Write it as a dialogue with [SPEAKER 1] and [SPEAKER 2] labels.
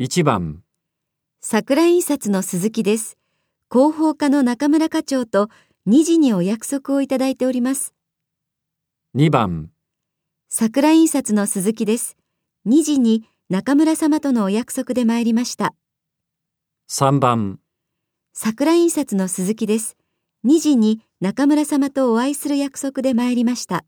[SPEAKER 1] 1番、
[SPEAKER 2] 桜印刷の鈴木です。広報課の中村課長と2時にお約束をいただいております。
[SPEAKER 1] 2番、
[SPEAKER 2] 桜印刷の鈴木です。2時に中村様とのお約束で参りました。
[SPEAKER 1] 3番、
[SPEAKER 2] 桜印刷の鈴木です。2時に中村様とお会いする約束で参りました。